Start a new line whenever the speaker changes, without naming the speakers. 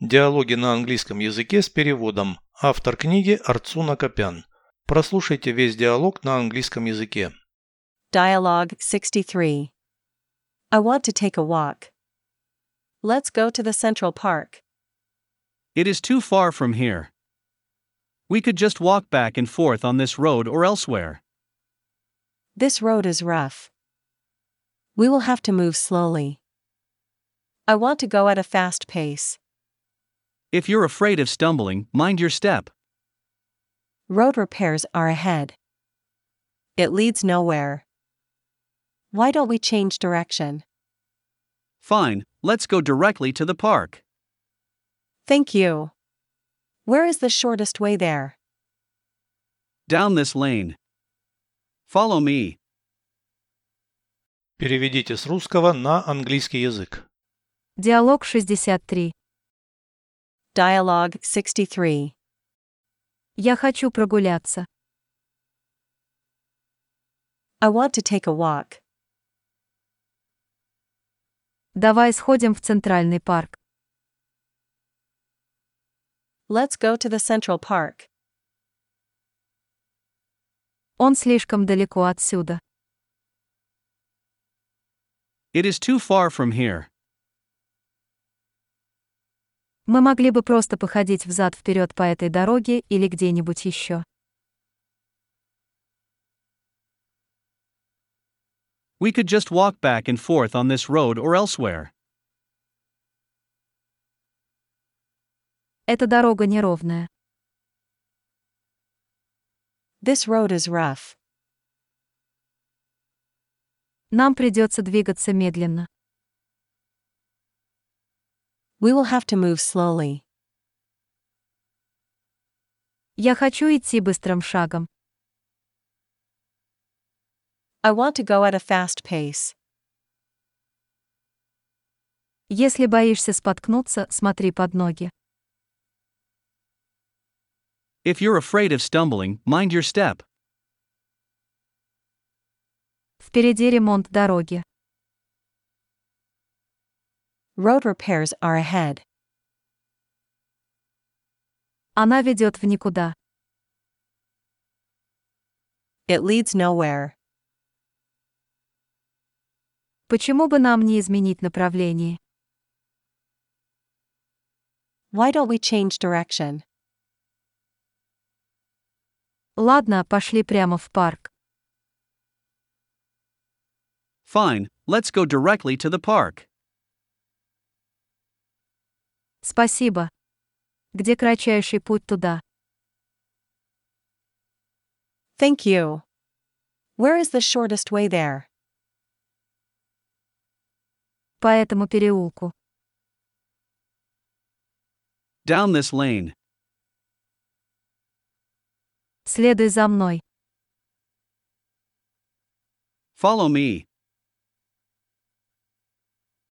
Диалоги на английском языке с переводом. Автор книги Арцуна Копян. Прослушайте весь диалог на английском языке.
Dialogue 63. I want to take a walk. Let's go to the Central Park.
It is too far from here. We could just walk back and forth on this road or elsewhere.
This road is rough. We will have to move slowly. I want to go at a fast pace.
If you're afraid of stumbling, mind your step.
Road repairs are ahead. It leads nowhere. Why don't we change direction?
Fine, let's go directly to the park.
Thank you. Where is the shortest way there?
Down this lane. Follow me.
Переведите с русского на английский язык.
Диалог 63.
Dialogue 63.
Я хочу прогуляться.
I want to take a walk.
Давай сходим в центральный парк.
Let's go to the Central Park.
Он слишком далеко отсюда.
It is too far from here.
Мы могли бы просто походить взад-вперед по этой дороге или где-нибудь еще.
We could just walk back and forth on this road or elsewhere.
Эта дорога неровная.
This road is rough.
Нам придется двигаться медленно.
We will have to move slowly.
Я хочу идти быстрым шагом.
I want to go at a fast pace.
Если боишься споткнуться, смотри под ноги.
If you're afraid of stumbling, mind your step.
Впереди ремонт дороги.
Road repairs are ahead.
Она ведет в никуда.
It leads nowhere.
Почему бы нам не изменить направление?
Why don't we change direction?
Ладно, пошли прямо в парк.
Fine, let's go directly to the park.
Спасибо. Где кратчайший путь туда?
Thank you. Where is the shortest way there?
По этому переулку.
Down this lane.
Следуй за мной.
Follow me.